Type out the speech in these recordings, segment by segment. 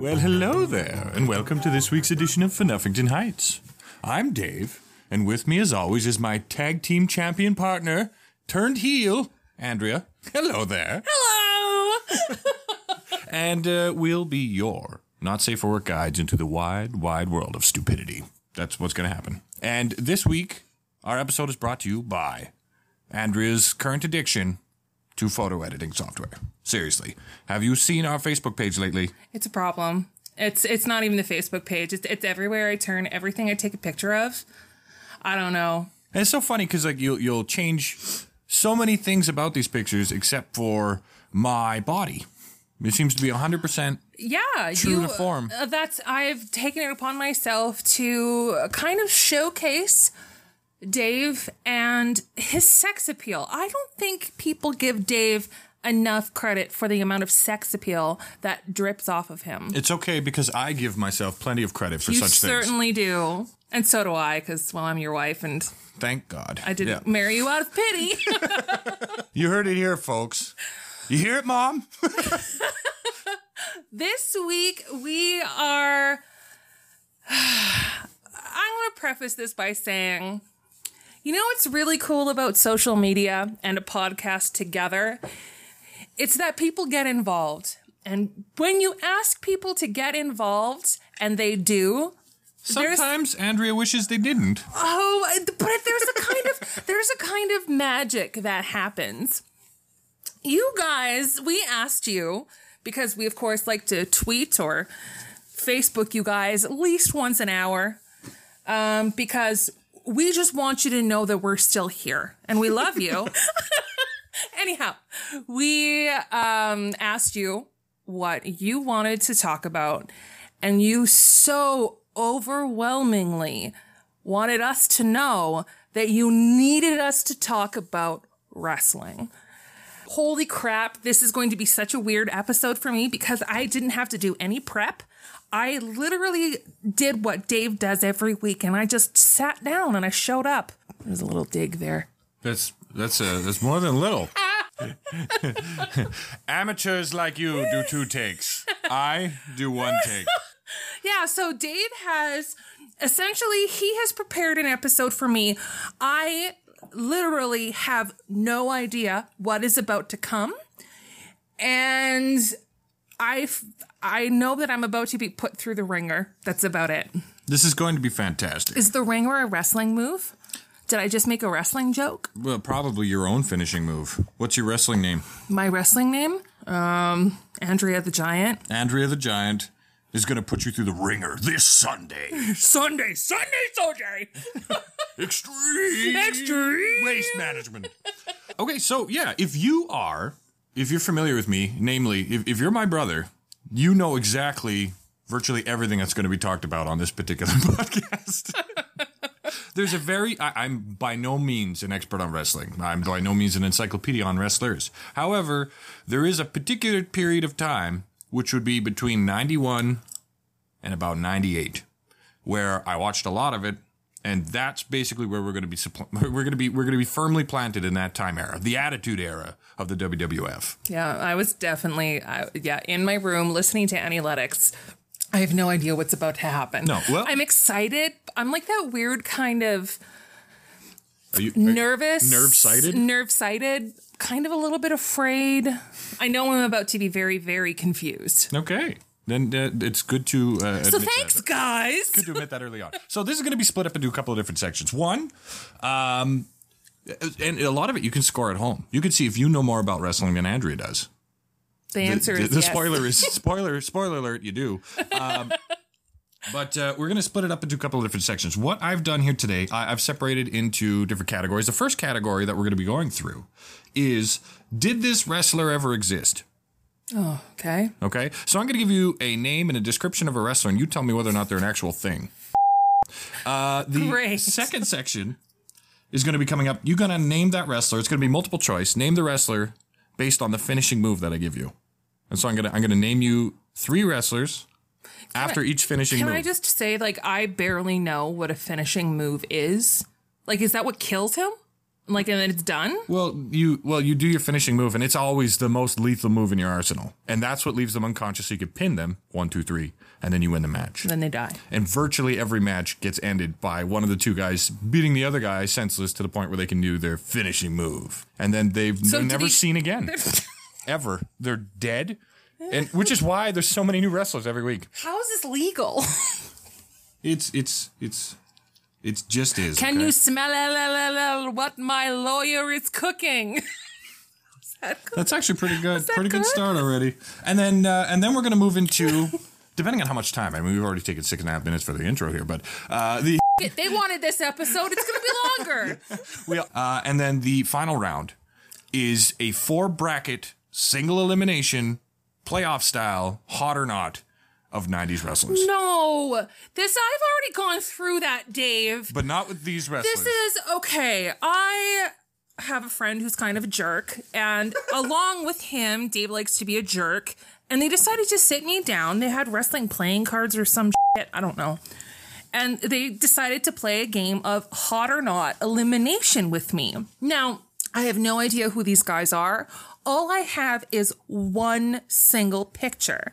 Well, hello there, and welcome to this week's edition of Nuffington Heights. I'm Dave, and with me, as always, is my tag team champion partner, turned heel, Andrea. Hello there. Hello. And uh, we'll be your not safe for work guides into the wide, wide world of stupidity. That's what's going to happen. And this week, our episode is brought to you by Andrea's current addiction to photo editing software. Seriously, have you seen our Facebook page lately? It's a problem. It's it's not even the Facebook page. It's it's everywhere I turn. Everything I take a picture of. I don't know. And it's so funny because like you'll you'll change so many things about these pictures except for my body. It seems to be hundred percent. Yeah, True to form. uh, that's I've taken it upon myself to kind of showcase Dave and his sex appeal. I don't think people give Dave enough credit for the amount of sex appeal that drips off of him. It's okay because I give myself plenty of credit for you such things. certainly do. And so do I, because, well, I'm your wife and Thank God. I didn't Yeah. marry you out of pity. You heard it here, folks. You hear it, Mom? This week we are. I want to preface this by saying, you know what's really cool about social media and a podcast together? It's that people get involved. And when you ask people to get involved, and they do, Sometimes Andrea wishes they didn't. oh, but there's a kind of there's a kind of magic that happens. You guys, we asked you because we of course like to tweet or Facebook you guys at least once an hour um, because we just want you to know that we're still here and we love you. Anyhow, we um, asked you what you wanted to talk about, and you so overwhelmingly wanted us to know that you needed us to talk about wrestling. Holy crap, this is going to be such a weird episode for me because I didn't have to do any prep. I literally did what Dave does every week and I just sat down and I showed up. There's a little dig there. That's that's a that's more than little. Amateurs like you do two takes. I do one take. Yeah, so Dave has essentially he has prepared an episode for me. I literally have no idea what is about to come. And I f- I know that I'm about to be put through the ringer. That's about it. This is going to be fantastic. Is the ringer a wrestling move? Did I just make a wrestling joke? Well, probably your own finishing move. What's your wrestling name? My wrestling name? Um, Andrea the Giant. Andrea the Giant is going to put you through the ringer this Sunday. Sunday, Sunday, Sunday. Extreme, Extreme. waste management. okay, so yeah, if you are, if you're familiar with me, namely, if, if you're my brother, you know exactly virtually everything that's going to be talked about on this particular podcast. There's a very, I, I'm by no means an expert on wrestling. I'm by no means an encyclopedia on wrestlers. However, there is a particular period of time, which would be between 91 and about 98 where I watched a lot of it, and that's basically where we're going to be suppl- we're going to be we're going to be firmly planted in that time era, the Attitude Era of the WWF. Yeah, I was definitely I, yeah in my room listening to Analytics. I have no idea what's about to happen. No, well- I'm excited. I'm like that weird kind of Are you, nervous, nerve-sighted? nerve sighted, kind of a little bit afraid. I know I'm about to be very, very confused. okay, then uh, it's good to uh, So admit thanks, that. guys. Good to admit that early on. So this is going to be split up into a couple of different sections. One, um, and a lot of it you can score at home. You can see if you know more about wrestling than Andrea does. The The- answer the, is the yes. spoiler is spoiler spoiler alert you do um, but uh, we're going to split it up into a couple of different sections what i've done here today I, i've separated into different categories the first category that we're going to be going through is did this wrestler ever exist Okay. okay so i'm going to give you a name and a description of a wrestler and you tell me whether or not they're an actual thing uh, the Great. second section is going to be coming up you're going to name that wrestler it's going to be multiple choice name the wrestler based on the finishing move that i give you and so i'm going to i'm going to name you three wrestlers after each finishing Can move I just say, like, I barely know what a finishing move is. Like, is that what kills him? Like, and then it's done? Well, you well you do your finishing move, and it's always the most lethal move in your arsenal, and that's what leaves them unconscious. So you could pin them one, two, three, and then you win the match. Then they die. And virtually every match gets ended by one of the two guys beating the other guy senseless to the point where they can do their finishing move, and then they've So they're did never he- seen again, ever. They're dead, and which is why there's so many new wrestlers every week. How is this legal? It's it's it's it's just is. Can okay? you smell what my lawyer is cooking? That's actually pretty good. that Pretty good? good? start already. And then uh, and then we're gonna move into depending on how much time. I mean, we've already taken six and a half minutes for the intro here, but uh, the they wanted this episode. It's going to be longer. we, uh, and then the final round is a four bracket single elimination playoff style hot or not of '90s wrestlers, No, this I've already gone through that, Dave. but not with these wrestlers. This is okay. I have a friend who's kind of a jerk, and along with him, Dave likes to be a jerk. And they decided to sit me down. They had wrestling playing cards or some shit. I don't know. And they decided to play a game of hot or not elimination with me. Now, I have no idea who these guys are. All I have is one single picture.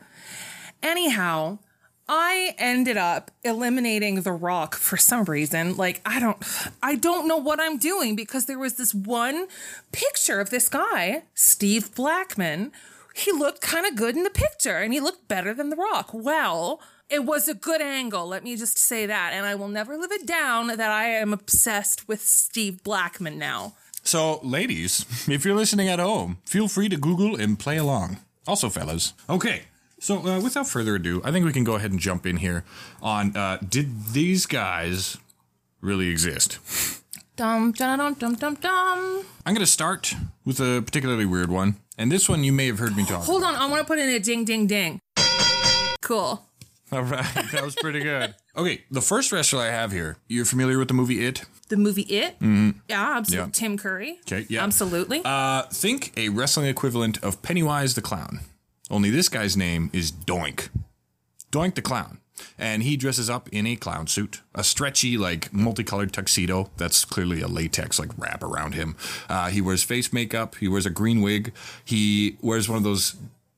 Anyhow, I ended up eliminating The Rock for some reason. Like I don't I don't know what I'm doing because there was this one picture of this guy, Steve Blackman. He looked kind of good in the picture and he looked better than The Rock. Well, it was a good angle, let me just say that, and I will never live it down that I am obsessed with Steve Blackman now. So, ladies, if you're listening at home, feel free to Google and play along. Also, fellas. Okay. So, uh, without further ado, I think we can go ahead and jump in here on uh, did these guys really exist? Dum dum dum dum dum dum. I'm going to start with a particularly weird one. And this one you may have heard me talk. Hold on, I want to put in a ding ding ding. Cool. All right. That was pretty good. okay. The first wrestler I have here, you're familiar with the movie It? The movie It? Yeah, absolutely. Mm-hmm. Yeah. Tim Curry. 'Kay, yeah. Absolutely. Uh, think a wrestling equivalent of Pennywise the Clown. Only this guy's name is Doink. Doink the Clown. And he dresses up in a clown suit, a stretchy, like multicolored tuxedo. That's clearly a latex, like wrap around him. Uh, he wears face makeup. He wears a green wig. He wears one of those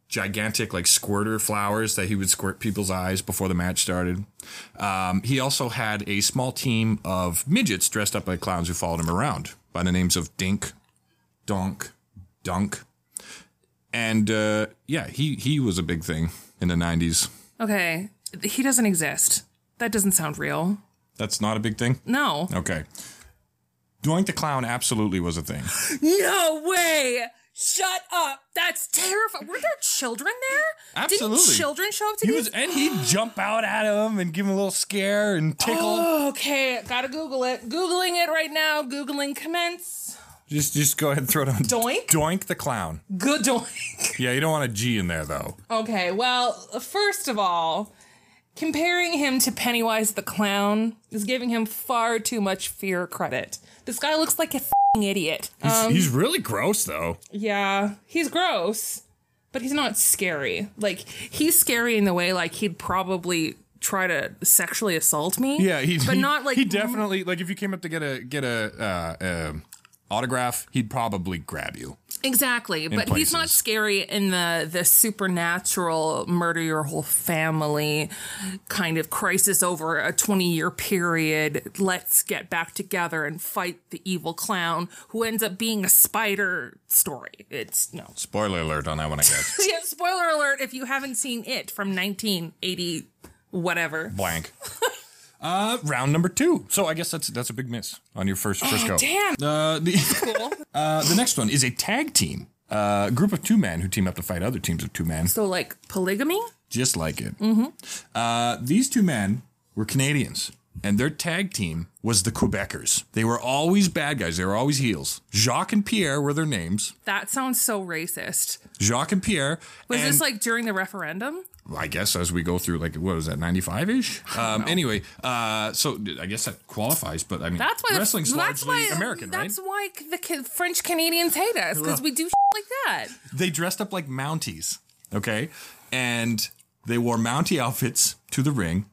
gigantic, like squirter flowers that he would squirt people's eyes before the match started. Um, he also had a small team of midgets dressed up like clowns who followed him around by the names of Dink, Donk, Dunk. And uh, yeah, he, he was a big thing in the 90s. okay. He doesn't exist. That doesn't sound real. That's not a big thing? No. Okay. Doink the Clown absolutely was a thing. No way. Shut up. That's terrifying. Were there children there? Absolutely. Didn't children show up to He these? was, and he'd jump out at him and give him a little scare and tickle. Oh, okay, gotta Google it. Googling it right now. Googling commence. Just just go ahead and throw it on. Doink? Doink the Clown. Good doink. Yeah, you don't want a G in there, though. Okay, well, first of all, comparing him to Pennywise the Clown is giving him far too much fear credit. This guy looks like a fing idiot. He's, he's really gross, though. Yeah, he's gross, but he's not scary. Like he's scary in the way like he'd probably try to sexually assault me. Yeah, he, but he- not like he definitely like if you came up to get a get a uh, um autograph, he'd probably grab you. exactly. But he's not places. scary in the the supernatural murder your whole family kind of crisis over a twenty year period. Let's get back together and fight the evil clown who ends up being a spider story. It's no Spoiler alert on that one, I guess. yeah, spoiler alert if you haven't seen it from 1980 whatever. Blank. Uh, round number two. So I guess that's that's a big miss on your first first go. Oh, Damn. Uh, the uh, the next one is a tag team. Uh, group of two men who team up to fight other teams of two men, So like polygamy? just like it. Mm-hmm. Uh, these two men were Canadians, and their tag team was the Quebecers. They were always bad guys. They were always heels. Jacques and Pierre were their names. That sounds so racist. Jacques and Pierre. Was and- this like during the referendum? I guess as we go through, like, what was that, 95 ish? Um, anyway, uh, so I guess that qualifies, but I mean, That's why the- wrestling's that's largely why, American, That's right? why the ca- French Canadians hate us because we do shit like that. They dressed up like Mounties, okay? And they wore Mountie outfits to the ring.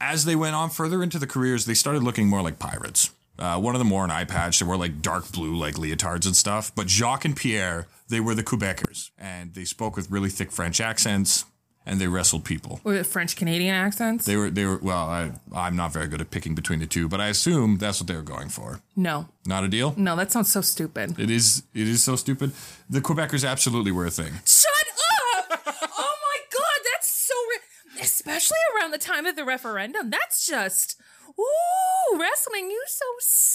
As they went on further into the careers, they started looking more like pirates. Uh, one of them wore an eye patch. They wore like dark blue, like leotards and stuff. But Jacques and Pierre, they were the Quebecers, and they spoke with really thick French accents, and they wrestled people. With French Canadian accents? They were, they were. Well, I, I'm not very good at picking between the two, but I assume that's what they were going for. no. Not a deal. No, that sounds so stupid. It is, it is so stupid. The Quebecers absolutely were a thing. Shut up! oh my god, that's so. Re- Especially around the time of the referendum. That's just. Ooh, wrestling, you so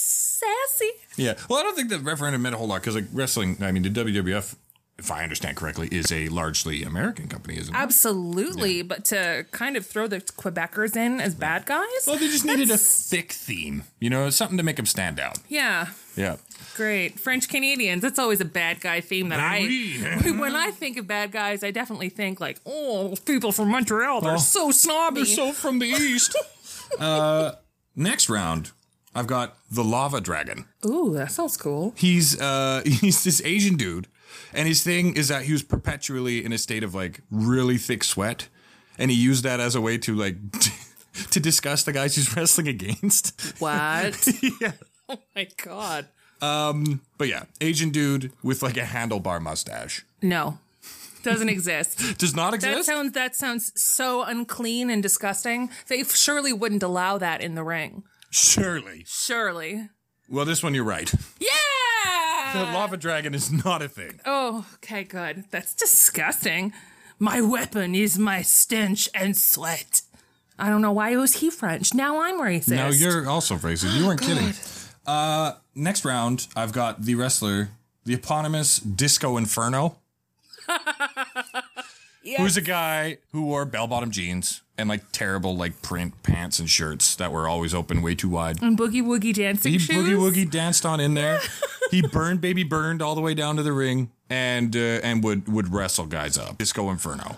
sassy. Yeah. Well, I don't think the referendum meant a whole lot because like wrestling. I mean, the WWF, if I understand correctly, is a largely American company, isn't it? Absolutely, but to kind of throw the Quebecers in as bad guys? Well, they just needed a thick theme, you know, something to make them stand out. yeah, Yeah. great. French Canadians, that's always a bad guy theme that I. When I think of bad guys, I definitely think like, oh, people from Montreal, they're Oh. so snobby. They're so from the east. uh, next round, I've got the lava dragon. Ooh, that sounds cool. He's uh, he's this Asian dude, and his thing is that he was perpetually in a state of like really thick sweat, and he used that as a way to like. To discuss the guys he's wrestling against. What? yeah. oh my god. But yeah, Asian dude with like a handlebar mustache No. Doesn't exist. does not That exist. sounds that sounds so unclean and disgusting. They surely wouldn't allow that in the ring. Surely. Surely. Well, this one you're right. Yeah. The lava dragon is not a thing. Oh, okay, good. That's disgusting. My weapon is my stench and sweat. I don't know why was he French. Now I'm racist. Now you're also racist. Oh, You weren't kidding. Uh, next round, I've got the wrestler, the eponymous Disco Inferno, who's a guy who wore bell-bottom jeans and like terrible like print pants and shirts that were always open way too wide. And boogie woogie dancing He shoes. boogie woogie danced on in there. he burned baby burned all the way down to the ring and uh, and would would wrestle guys up. Disco Inferno.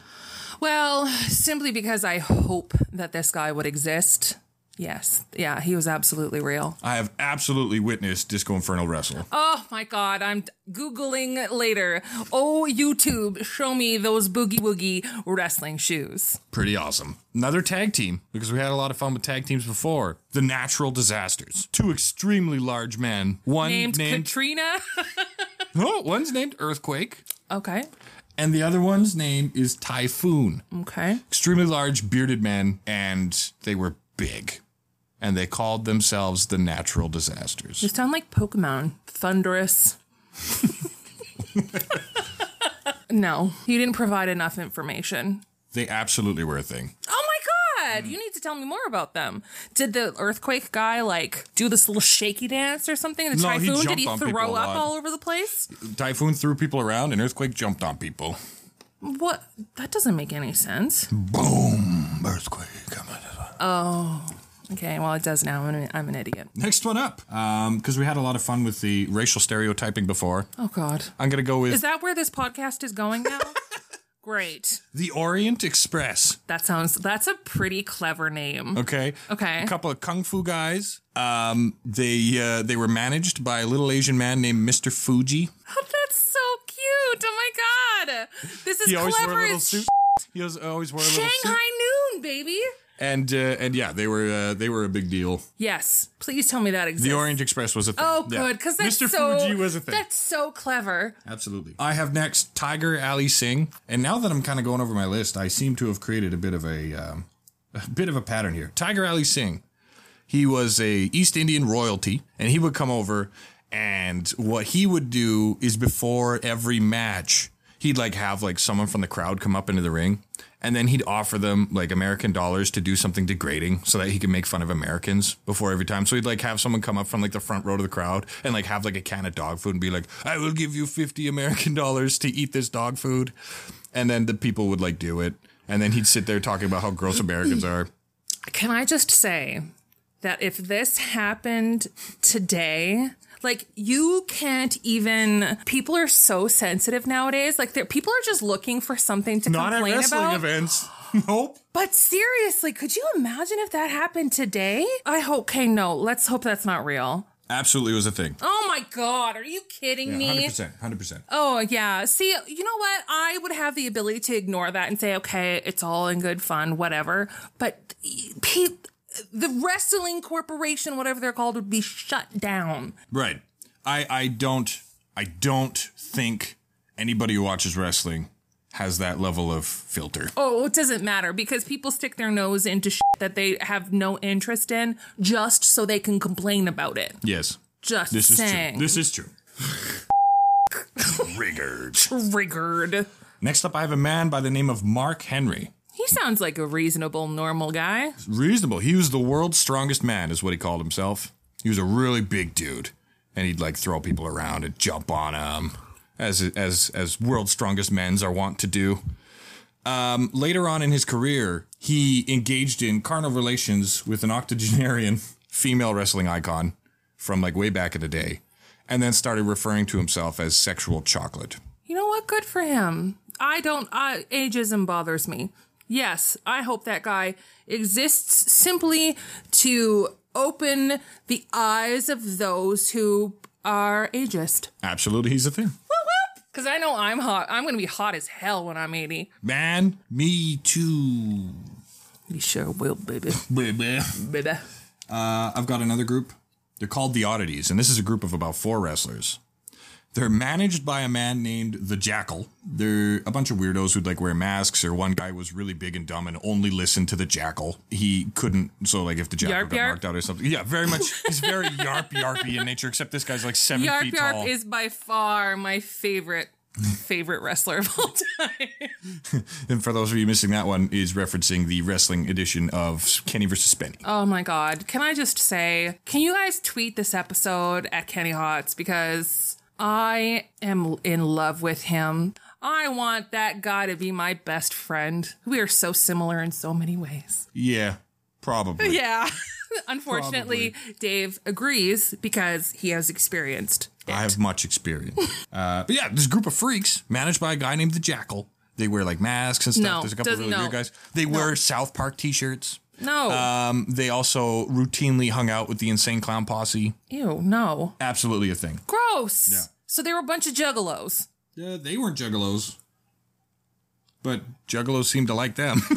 Well, simply because I hope that this guy would exist. Yes. Yeah, he was absolutely real. I have absolutely witnessed Disco Inferno wrestle. Oh my god, I'm d- googling later. Oh YouTube, show me those boogie woogie wrestling shoes. Pretty awesome. Another tag team because we had a lot of fun with tag teams before. The Natural Disasters. Two extremely large men. One Named, named, Katrina. no, one's named Earthquake, okay. and the other one's name is Typhoon. Okay. Extremely large bearded men, and they were big, and they called themselves the Natural Disasters. You sound like Pokemon. Thunderous. no, you didn't provide enough information. They absolutely were a thing. Oh my god, you need to tell me more about them. Did the earthquake guy like do this little shaky dance or something? The No, he typhoon? Did jumped he on people throw a up lot. all over the place? Typhoon threw people around and earthquake jumped on people. What? That doesn't make any sense. Boom! Earthquake. coming. Okay, well, it does now. I'm an, I'm an idiot. Next one up, because we had a lot of fun with the racial stereotyping before. Oh god. I'm gonna go Is with that where this podcast is going now? Great. the Orient Express. That sounds that's a pretty clever name. Okay. Okay. A couple of kung fu guys. Um, they uh, they were managed by a little Asian man named Mr. Fuji. Oh, that's so cute. Oh my god. This is He always clever wore a little as suit. He was- always wore a little Shanghai suit. noon, baby. And uh, and yeah, they were uh, they were a big deal. Yes. Please tell me that exists. The Orient Express was a thing. Oh, Yeah. good, because that's Mr. so. Fuji was a thing. That's so clever. Absolutely. I have next Tiger Ali Singh, and now that I'm kind of going over my list, I seem to have created a bit of a um, a bit of a pattern here. Tiger Ali Singh, he was a East Indian royalty, and he would come over, and what he would do is before every match, he'd like have like someone from the crowd come up into the ring, and then he'd offer them like American dollars to do something degrading so that he could make fun of Americans before every time. So he'd like have someone come up from like the front row to the crowd and like have like a can of dog food and be like, I will give you 50 American dollars to eat this dog food. And then the people would like do it. And then he'd sit there talking about how gross Americans are. Can I just say that if this happened today, like you can't even. People are so sensitive nowadays. Like they're- people are just looking for something to complain about. events. Nope. But seriously, could you imagine if that happened today? I hope. Okay, no. Let's hope that's not real. Absolutely was a thing. Oh my God, are you kidding me? 100%. 100%. Oh, yeah. See, you know what? I would have the ability to ignore that and say, okay, it's all in good fun, whatever. But Pete, the wrestling corporation, whatever they're called, would be shut down. Right. I I don't I don't think anybody who watches wrestling has that level of filter. Oh, it doesn't matter because people stick their nose into shit that they have no interest in just so they can complain about it. Yes. Just This is saying. true. This is true. Triggered. Triggered. Next up I have a man by the name of Mark Henry. He sounds like a reasonable, normal guy. reasonable. He was the world's strongest man, is what he called himself. He was a really big dude, and he'd like throw people around and jump on them, as as as world's strongest men's are wont to do. Um, later on in his career, he engaged in carnal relations with an octogenarian female wrestling icon from like way back in the day, and then started referring to himself as sexual chocolate. You know what? Good for him. I don't. I, ageism bothers me. Yes, I hope that guy exists simply to open the eyes of those who are ageist. Absolutely, he's a thing. Because I know I'm hot. I'm going to be hot as hell when I'm 80. Man, me too. You sure will, baby. baby. Uh, I've got another group. They're called the Oddities, and this is a group of about four wrestlers. They're managed by a man named the Jackal. They're a bunch of weirdos who'd like wear masks, or one guy was really big and dumb and only listened to the Jackal. He couldn't, so like if the Jackal Yarp got yarp? knocked out or something, yeah, very much. He's very yarp yarpy in nature, except this guy's like seven Yarp feet Yarp tall. is by far my favorite favorite wrestler of all time. and for those of you missing that one, is referencing the wrestling edition of Kenny versus Spenny. Oh my god. Can I just say, can you guys tweet this episode at Kenny Hots because I am in love with him. I want that guy to be my best friend. We are so similar in so many ways. Yeah, probably. Yeah. Unfortunately, Dave agrees because he has experienced. I have much experience. uh, but yeah, this group of freaks managed by a guy named the Jackal. They wear like masks and stuff. No, There's a couple doesn't- really no. weird guys. They wear South Park t-shirts. No. Um, they also routinely hung out with the Insane Clown Posse. Ew, no. Absolutely a thing. Gross. So they were a bunch of juggalos. Yeah, they weren't juggalos, but juggalos seemed to like them.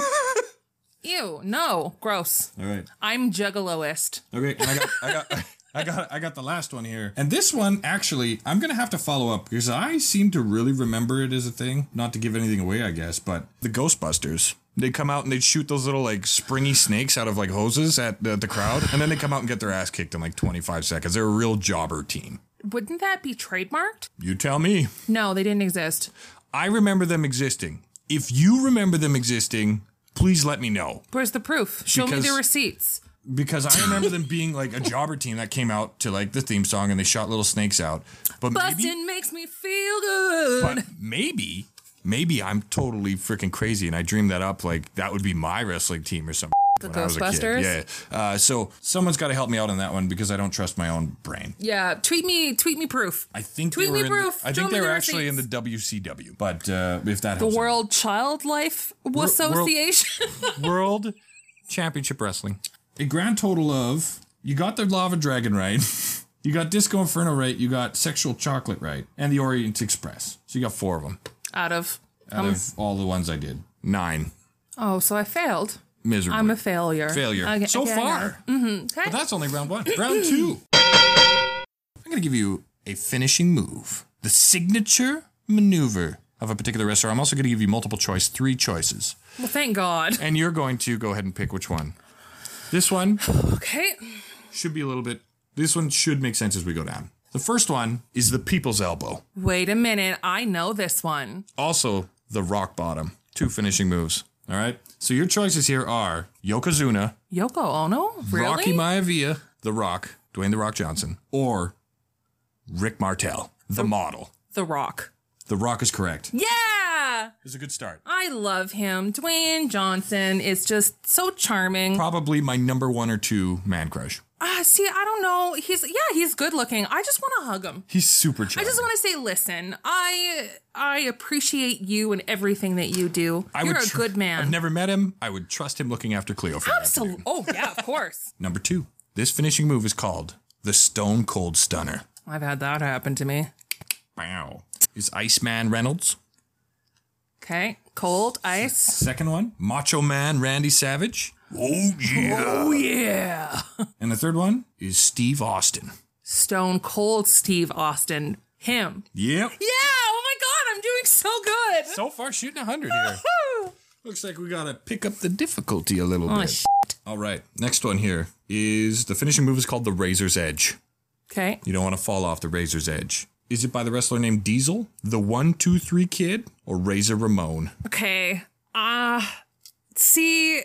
Ew, no. Gross. All right. I'm juggaloist. Okay, and I got, I got, I got, I got the last one here, and this one actually, I'm gonna have to follow up because I seem to really remember it as a thing. Not to give anything away, I guess, but the Ghostbusters. They come out and they shoot those little like springy snakes out of like hoses at the, the crowd, and then they come out and get their ass kicked in like 25 seconds. They're a real jobber team. Wouldn't that be trademarked? You tell me. No, they didn't exist. I remember them existing. If you remember them existing, please let me know. Where's the proof? Show me Because- the receipts. Because I remember them being like a jobber team that came out to like the theme song and they shot little snakes out. But maybe Bustin' makes me feel good. But maybe, maybe I'm totally freaking crazy and I dreamed that up. Like that would be my wrestling team or something. The Ghostbusters? Yeah. Uh, so someone's got to help me out on that one because I don't trust my own brain. yeah, tweet me, tweet me proof. I think Tweet they me were. in the- proof. I Show think me they were the actually in the WCW. But uh, if that The helps, World Child Life Association. World Championship Wrestling. A grand total of you got the Lava Dragon right, you got Disco Inferno right, you got Sexual Chocolate right, and the Orient Express. So you got four of them Out of. um, out of all the ones I did. Nine. Oh, so I failed. Miserable. I'm a failure. failure Okay, so okay, I got it. far. Mm-hmm. But that's only round one. round two. I'm going to give you a finishing move, the signature maneuver of a particular wrestler. I'm also going to give you multiple choice, three choices, Well, thank God. and you're going to go ahead and pick which one. This one Okay. should be a little bit. This one should make sense as we go down. The first one is the people's elbow, Wait a minute. I know this one. also the rock bottom. Two finishing moves. All right. So your choices here are Yokozuna, Yoko Ono? Really? Rocky Maivia, The Rock, Dwayne The Rock Johnson, or Rick Martel, Oh. the model. the Rock. The Rock is correct. Yeah. It's a good start. I love him. Dwayne Johnson is just so charming. Probably my number one or two man crush. Ah, see, I don't know. He's yeah, he's good looking. I just want to hug him. He's super I charming. just want to say, listen, I I appreciate you and everything that you do. I You're would a tr- good I've man. never met him. I would trust him looking after Cleo for Absolutely. Absolutely. Oh yeah, of course. Number two. This finishing move is called the Stone Cold Stunner. I've had that happen to me. Wow. Is Iceman Reynolds, Okay, Cold ice. Second one, Macho Man Randy Savage. Oh yeah. Oh, yeah. And the third one is Steve Austin. Stone Cold Steve Austin. Him. Yep. Yeah. Oh, my God. I'm doing so good. So far, shooting 100 here. Looks like we gotta pick up the difficulty a little Oh, bit. sh- All right, next one here is the finishing move is called the Razor's Edge. okay. You don't want to fall off the Razor's Edge. Is it by the wrestler named Diesel, the One Two Three Kid, or Razor Ramon? Okay. Ah, see,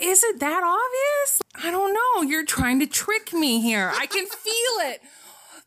is it that obvious? I don't know. You're trying to trick me here. I can feel it.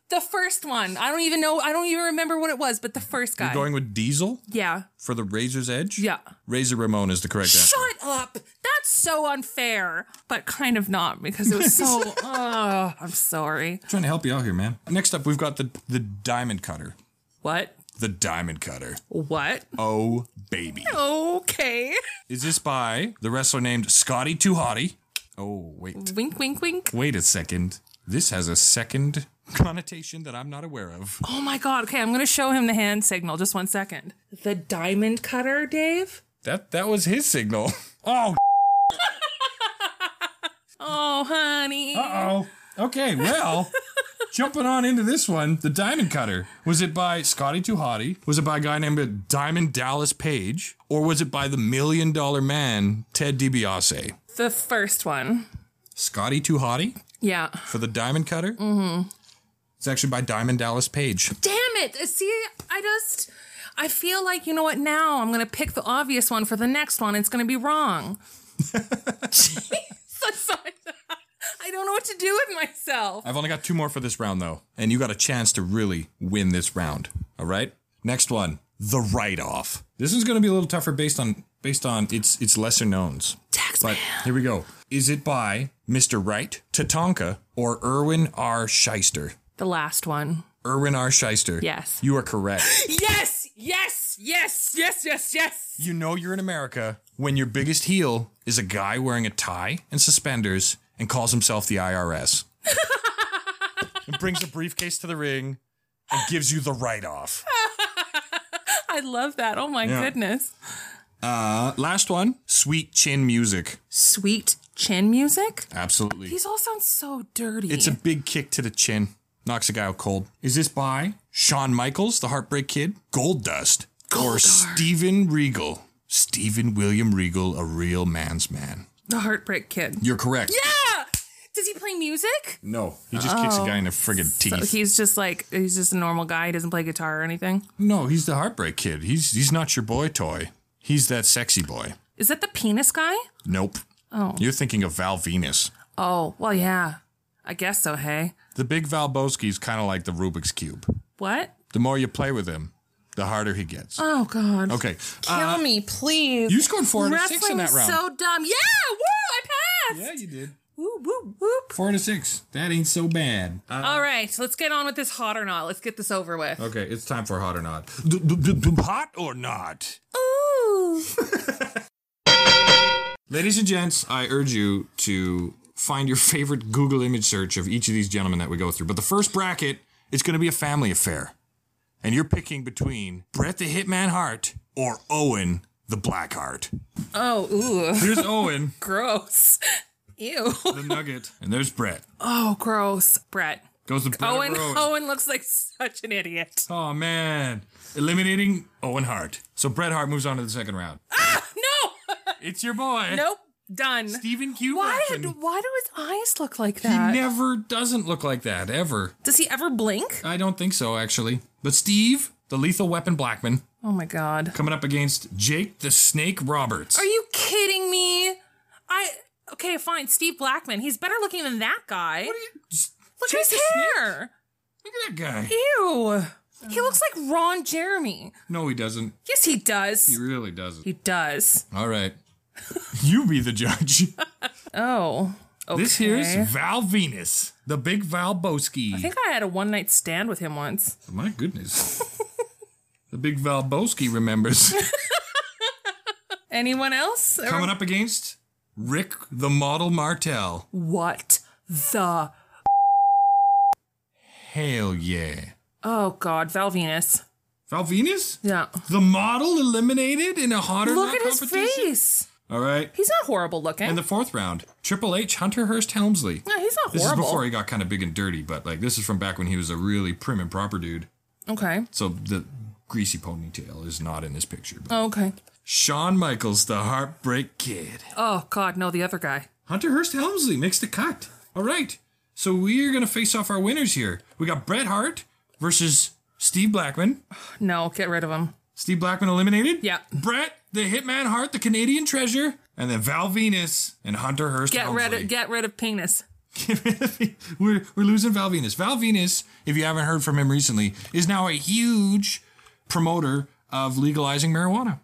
The first one. I don't even know. I don't even remember what it was, but the first guy. You're going with Diesel yeah. for the Razor's Edge. Yeah. Razor Ramon is the correct answer. Shut up. That's so unfair, but kind of not because it was so. oh, I'm sorry. trying to help you out here, man. Next up, we've got the the Diamond Cutter. What? The Diamond Cutter. What? Oh baby. Okay. Is this by the wrestler named Scotty Too Hottie? Oh wait. Wink, wink, wink. Wait a second. This has a second connotation that I'm not aware of. Oh my God. Okay, I'm going to show him the hand signal. Just one second. The diamond cutter, Dave? That that was his signal. Oh. Oh, honey. Uh-oh. Okay, well, jumping on into this one, the Diamond Cutter. Was it by Scotty Too Hottie? Was it by a guy named Diamond Dallas Page? Or was it by the Million Dollar Man, Ted DiBiase? The first one. Scotty Too Hottie Yeah. for the Diamond Cutter? Mm-hmm. It's actually by Diamond Dallas Page. Damn it. See, I just. I feel like, you know what, now I'm going to pick the obvious one for the next one. It's going to be wrong. Jeez, I'm sorry. I don't know what to do with myself. I've only got two more for this round, though, and you got a chance to really win this round. All right, next one, the write-off. This is going to be a little tougher based on based on its its lesser knowns. Tax But here we go. Is it by Mr. Wright, Tatanka, or Erwin R. Shyster? The last one. Erwin R. Shyster. Yes. You are correct. Yes, yes, yes, yes, yes, yes. you know you're in America when your biggest heel is a guy wearing a tie and suspenders and calls himself the IRS. and brings a briefcase to the ring and gives you the write off. I love that. Oh my goodness. Uh, last one Sweet Chin Music. Sweet chin music? Absolutely. These all sound so dirty. It's a big kick to the chin. Knocks a guy out cold. Is this by Shawn Michaels, the Heartbreak Kid, Gold Dust, or Steven Regal? Steven William Regal, a real man's man. the heartbreak kid. You're correct. Yeah. Does he play music? No, he just kicks a guy in the friggin' So teeth. he's just like he's just a normal guy. He doesn't play guitar or anything. no, he's the Heartbreak Kid. He's he's not your boy toy. He's that sexy boy. Is that the penis guy? Nope. Oh. You're thinking of Val Venus. Oh well, yeah. I guess so. Hey, The big Val Bosky's kind of like the Rubik's Cube. what? The more you play with him, the harder he gets. Oh God. Okay. Uh, Kill me, please. You scored four out of six Wrestling in that is round. so dumb. Yeah. Woo! I passed. you did. Woo! Woo! Whoop! Four to six. That ain't so bad. All right, let's get on with this hot or not. Let's get this over with. Uh, okay, it's time for hot or not. hot or not, Ooh. ladies and gents, I urge you to find your favorite Google image search of each of these gentlemen that we go through. But the first bracket, it's going to be a family affair, and you're picking between Brett the Hitman Hart or Owen the Blackheart. Oh. Ooh. Here's Owen, Gross. Ew. the Nugget, and there's Brett. Oh, gross. Brett. Goes to Brett Owen. over Owen. Owen looks like such an idiot. Oh man, eliminating Owen Hart. So Bret Hart moves on to the second round. Uh, No. It's your boy. Nope. Done. Stephen Q. Why Wilson. did, why do his eyes look like He that? never doesn't look like that ever. Does he ever blink? I don't think so actually. But Steve, the lethal weapon Blackman, Oh my god. coming up against Jake the Snake Roberts. Are you kidding me? I Okay, fine. Steve Blackman. He's better looking than that guy. Look at his hair. Look at that guy. Ew. He looks like Ron Jeremy. No, he doesn't. Yes, he does. He really doesn't. He does. All right. you be the judge. Oh. Okay. This here's Val Venus, the big Val Boski. I think I had a one night stand with him once. My goodness. the big Val Boski remembers. Anyone else? Or- Coming up against Rick the Model Martel. What the? Hell yeah. Oh God, Val Venus. Val Venus? Yeah. The model eliminated in a hotter Look at his competition. face. All right. He's not horrible looking. In the fourth round, Triple H, Hunter Hurst, Helmsley. yeah, he's not This horrible. is before he got kind of big and dirty, but like this is from back when he was a really prim and proper dude. okay. So the greasy ponytail is not in this picture. But Oh, Okay. Shawn Michaels, the Heartbreak Kid. Oh God, no, the other guy. Hunter Hurst Helmsley makes the cut. All right. So we're going to face off our winners here. We got Bret Hart versus Steve Blackman. No, get rid of him. Steve Blackman eliminated. Yeah. Bret, the Hitman Hart, the Canadian Treasure, and then Val Venus and Hunter Hurst. Get rid Helmsley. of get rid of penis. Get rid of it. we're, we're losing Val Venus. Val Venus, if you haven't heard from him recently, is now a huge promoter of legalizing marijuana.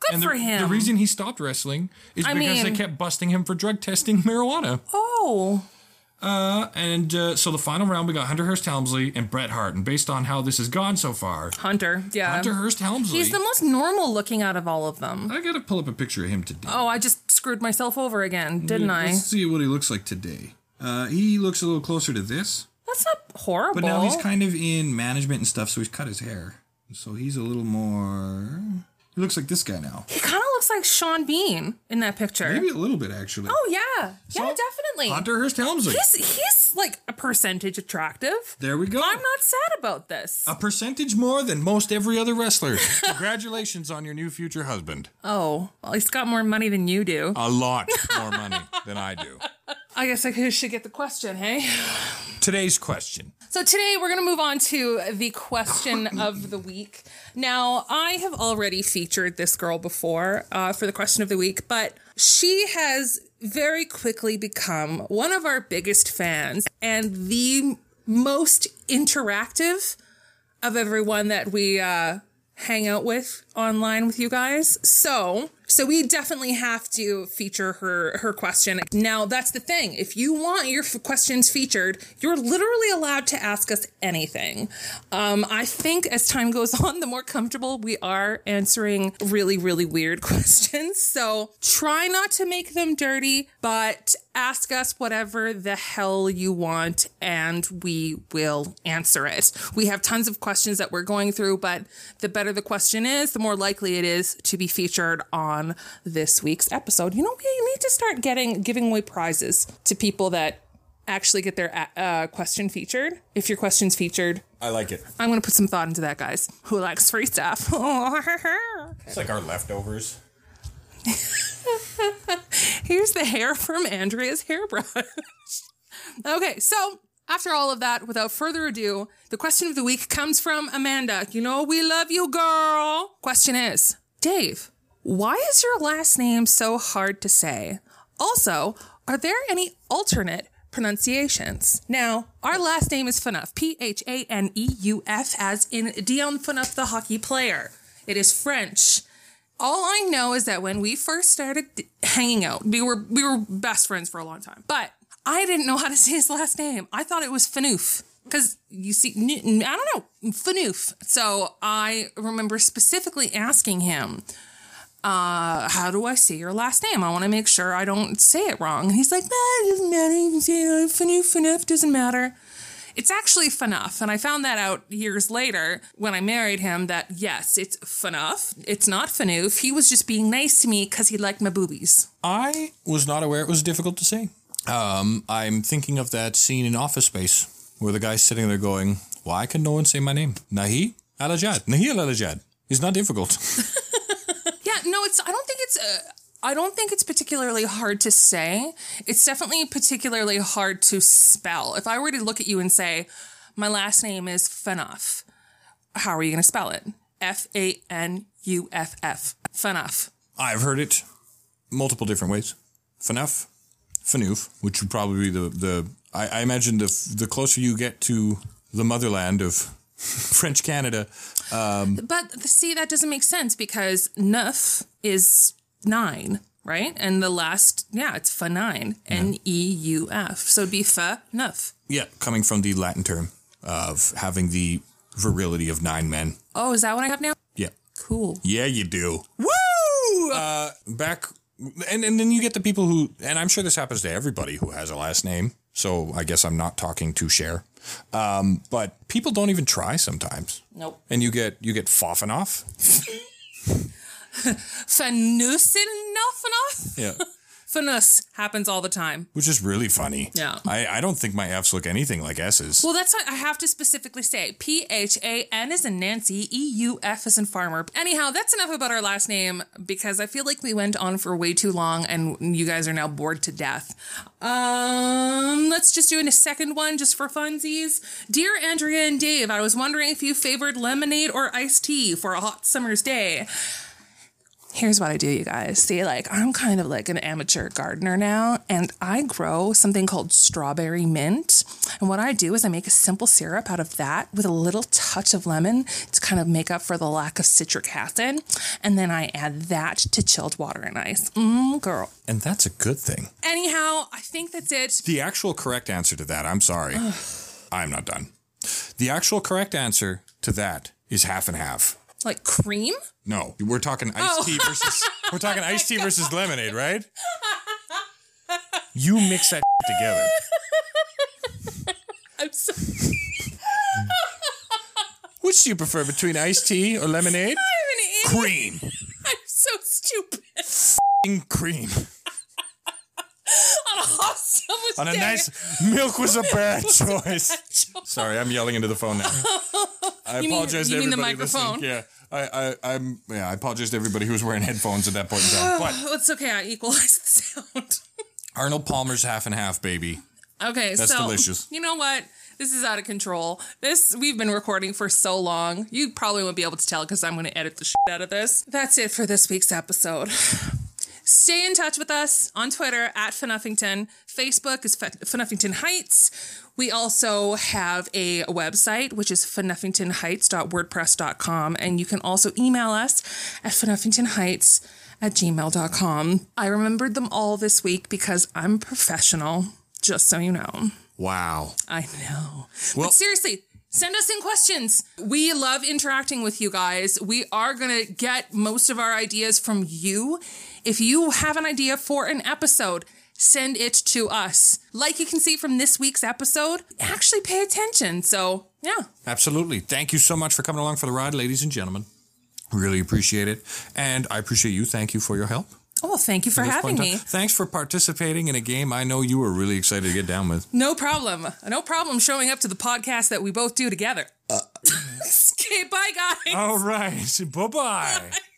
Good And the, for him. the reason he stopped wrestling is I because they mean- kept busting him for drug testing marijuana. oh, Uh, and uh, so the final round, we got Hunter Hurst Helmsley and Bret Hart. And based on how this has gone so far, Hunter. Yeah. Hunter Hurst Helmsley. Um, He's the most normal looking out of all of them. I gotta pull up a picture of him today. Oh, I just screwed myself over again, didn't I? Let's see what he looks like today. Uh, he looks a little closer to this, That's not horrible. but now he's kind of in management and stuff, so he's cut his hair. So he's a little more. He looks like this guy now. he kind of looks like Sean Bean in that picture. Maybe a little bit, actually. Oh yeah, yeah, So, definitely. Hunter Hurst Helmsley. He's he's like a percentage attractive. There we go. I'm not sad about this. a percentage more than most every other wrestler. Congratulations on your new future husband. oh, well, he's got more money than you do. A lot more money than I do. I guess I should get the question, hey? Today's question. So today we're going to move on to the question of the week. Now, I have already featured this girl before uh, for the question of the week, but she has very quickly become one of our biggest fans and the most interactive of everyone that we uh, hang out with online with you guys. So, so we definitely have to feature her her question. Now, that's the thing. If you want your f- questions featured, you're literally allowed to ask us anything. Um, I think as time goes on, the more comfortable we are answering really really weird questions. So, try not to make them dirty, but ask us whatever the hell you want and we will answer it. We have tons of questions that we're going through, but the better the question is, the more likely it is to be featured on this week's episode. You know, we need to start getting giving away prizes to people that actually get their uh, question featured. If your question's featured, I like it. I'm going to put some thought into that, guys. Who likes free stuff? It's like our leftovers. Here's the hair from Andrea's hairbrush. okay, so after all of that, without further ado, the question of the week comes from Amanda. You know, we love you, girl. Question is Dave, why is your last name so hard to say? Also, are there any alternate pronunciations? Now, our last name is Phaneuf, P H A N E U F, as in Dion Phaneuf, the hockey player. It is French. All I know is that when we first started d- hanging out, we were we were best friends for a long time. But I didn't know how to say his last name. I thought it was Fanoof because you see, n- I don't know Fanoof. So I remember specifically asking him, uh, "How do I say your last name? I want to make sure I don't say it wrong." And he's like, "Nah, it doesn't matter. You can say it. Fanoof, Fanoof doesn't matter." It's actually FNUF. And I found that out years later when I married him that yes, it's FNUF. It's not FNUF. He was just being nice to me because he liked my boobies. I was not aware it was difficult to say. Um, I'm thinking of that scene in Office Space where the guy's sitting there going, Why can no one say my name? Nahi Alajad. Nahi Alajad. It's not difficult. Yeah, no, it's, I don't think it's, uh, I don't think it's particularly hard to say. It's definitely particularly hard to spell. If I were to look at you and say, my last name is FNUF, how are you going to spell it? F A N U F F. FNUF. I've heard it multiple different ways. FNUF, FNUF, which would probably be the, the I, I imagine the, f- the closer you get to the motherland of French Canada, But th- see, that doesn't make sense because neuf is nine, right? And the last, yeah, it's fa nine, N E U F. So it'd be fa neuf. yeah, coming from the Latin term of having the virility of nine men. Oh, is that what I have now? Yeah. Cool. Yeah, you do. Woo! Uh, back, and, and then you get the people who, and I'm sure this happens to everybody who has a last name. So I guess I'm not talking to Cher. Um, but people don't even try sometimes, Nope. and you get you get foffing off. Fanusinophanoff? Yeah, Fanus happens all the time. which is really funny. Yeah. I, I don't think my F's look anything like S's. Well, that's what I have to specifically say. P H A N is in Nancy, E U F is in farmer. Anyhow, that's enough about our last name because I feel like we went on for way too long and you guys are now bored to death. Um, let's just do a second one just for funsies. Dear Andrea and Dave, I was wondering if you favored lemonade or iced tea for a hot summer's day. Here's what I do, you guys. See, like, I'm kind of like an amateur gardener now, and I grow something called strawberry mint. And what I do is I make a simple syrup out of that with a little touch of lemon to kind of make up for the lack of citric acid. And then I add that to chilled water and ice. Mmm, girl. and that's a good thing. Anyhow, I think that's it. The actual correct answer to that, I'm sorry, I'm not done. The actual correct answer to that is half and half. Like, cream? No, we're talking iced tea Oh. versus we're talking iced tea versus lemonade, right? You mix that together. I'm so. Which do you prefer between iced tea or lemonade? I'm an idiot. Cream. I'm so stupid. F***ing cream. On a hot summer's On a day. nice milk was a bad choice. Sorry, I'm yelling into the phone now. I You mean- apologize you to mean the everybody listening. microphone? Yeah. I, I I'm yeah, I apologize to everybody who was wearing headphones at that point in time. But Oh, it's okay. I equalized the sound. Arnold Palmer's half and half, baby. Okay, That's so delicious. you know what? This is out of control. This we've been recording for so long. You probably won't be able to tell because I'm going to edit the shit out of this. That's it for this week's episode. Stay in touch with us on Twitter at Finuffington. Facebook is Fe- Finuffington Heights. We also have a website, which is finuffingtonheights.wordpress.com. And you can also email us at finuffingtonheights at gmail.com. I remembered them all this week because I'm professional, just so you know. Wow. I know. Well- but seriously, send us in questions. We love interacting with you guys. We are going to get most of our ideas from you. If you have an idea for an episode, send it to us. Like you can see from this week's episode, actually pay attention. So, yeah. Absolutely. Thank you so much for coming along for the ride, ladies and gentlemen. Really appreciate it. And I appreciate you. Thank you for your help. Oh, well, thank you for this having point in me. time. Thanks for participating in a game I know you were really excited to get down with. No problem. No problem showing up to the podcast that we both do together. okay, bye, guys. All right. Bye bye.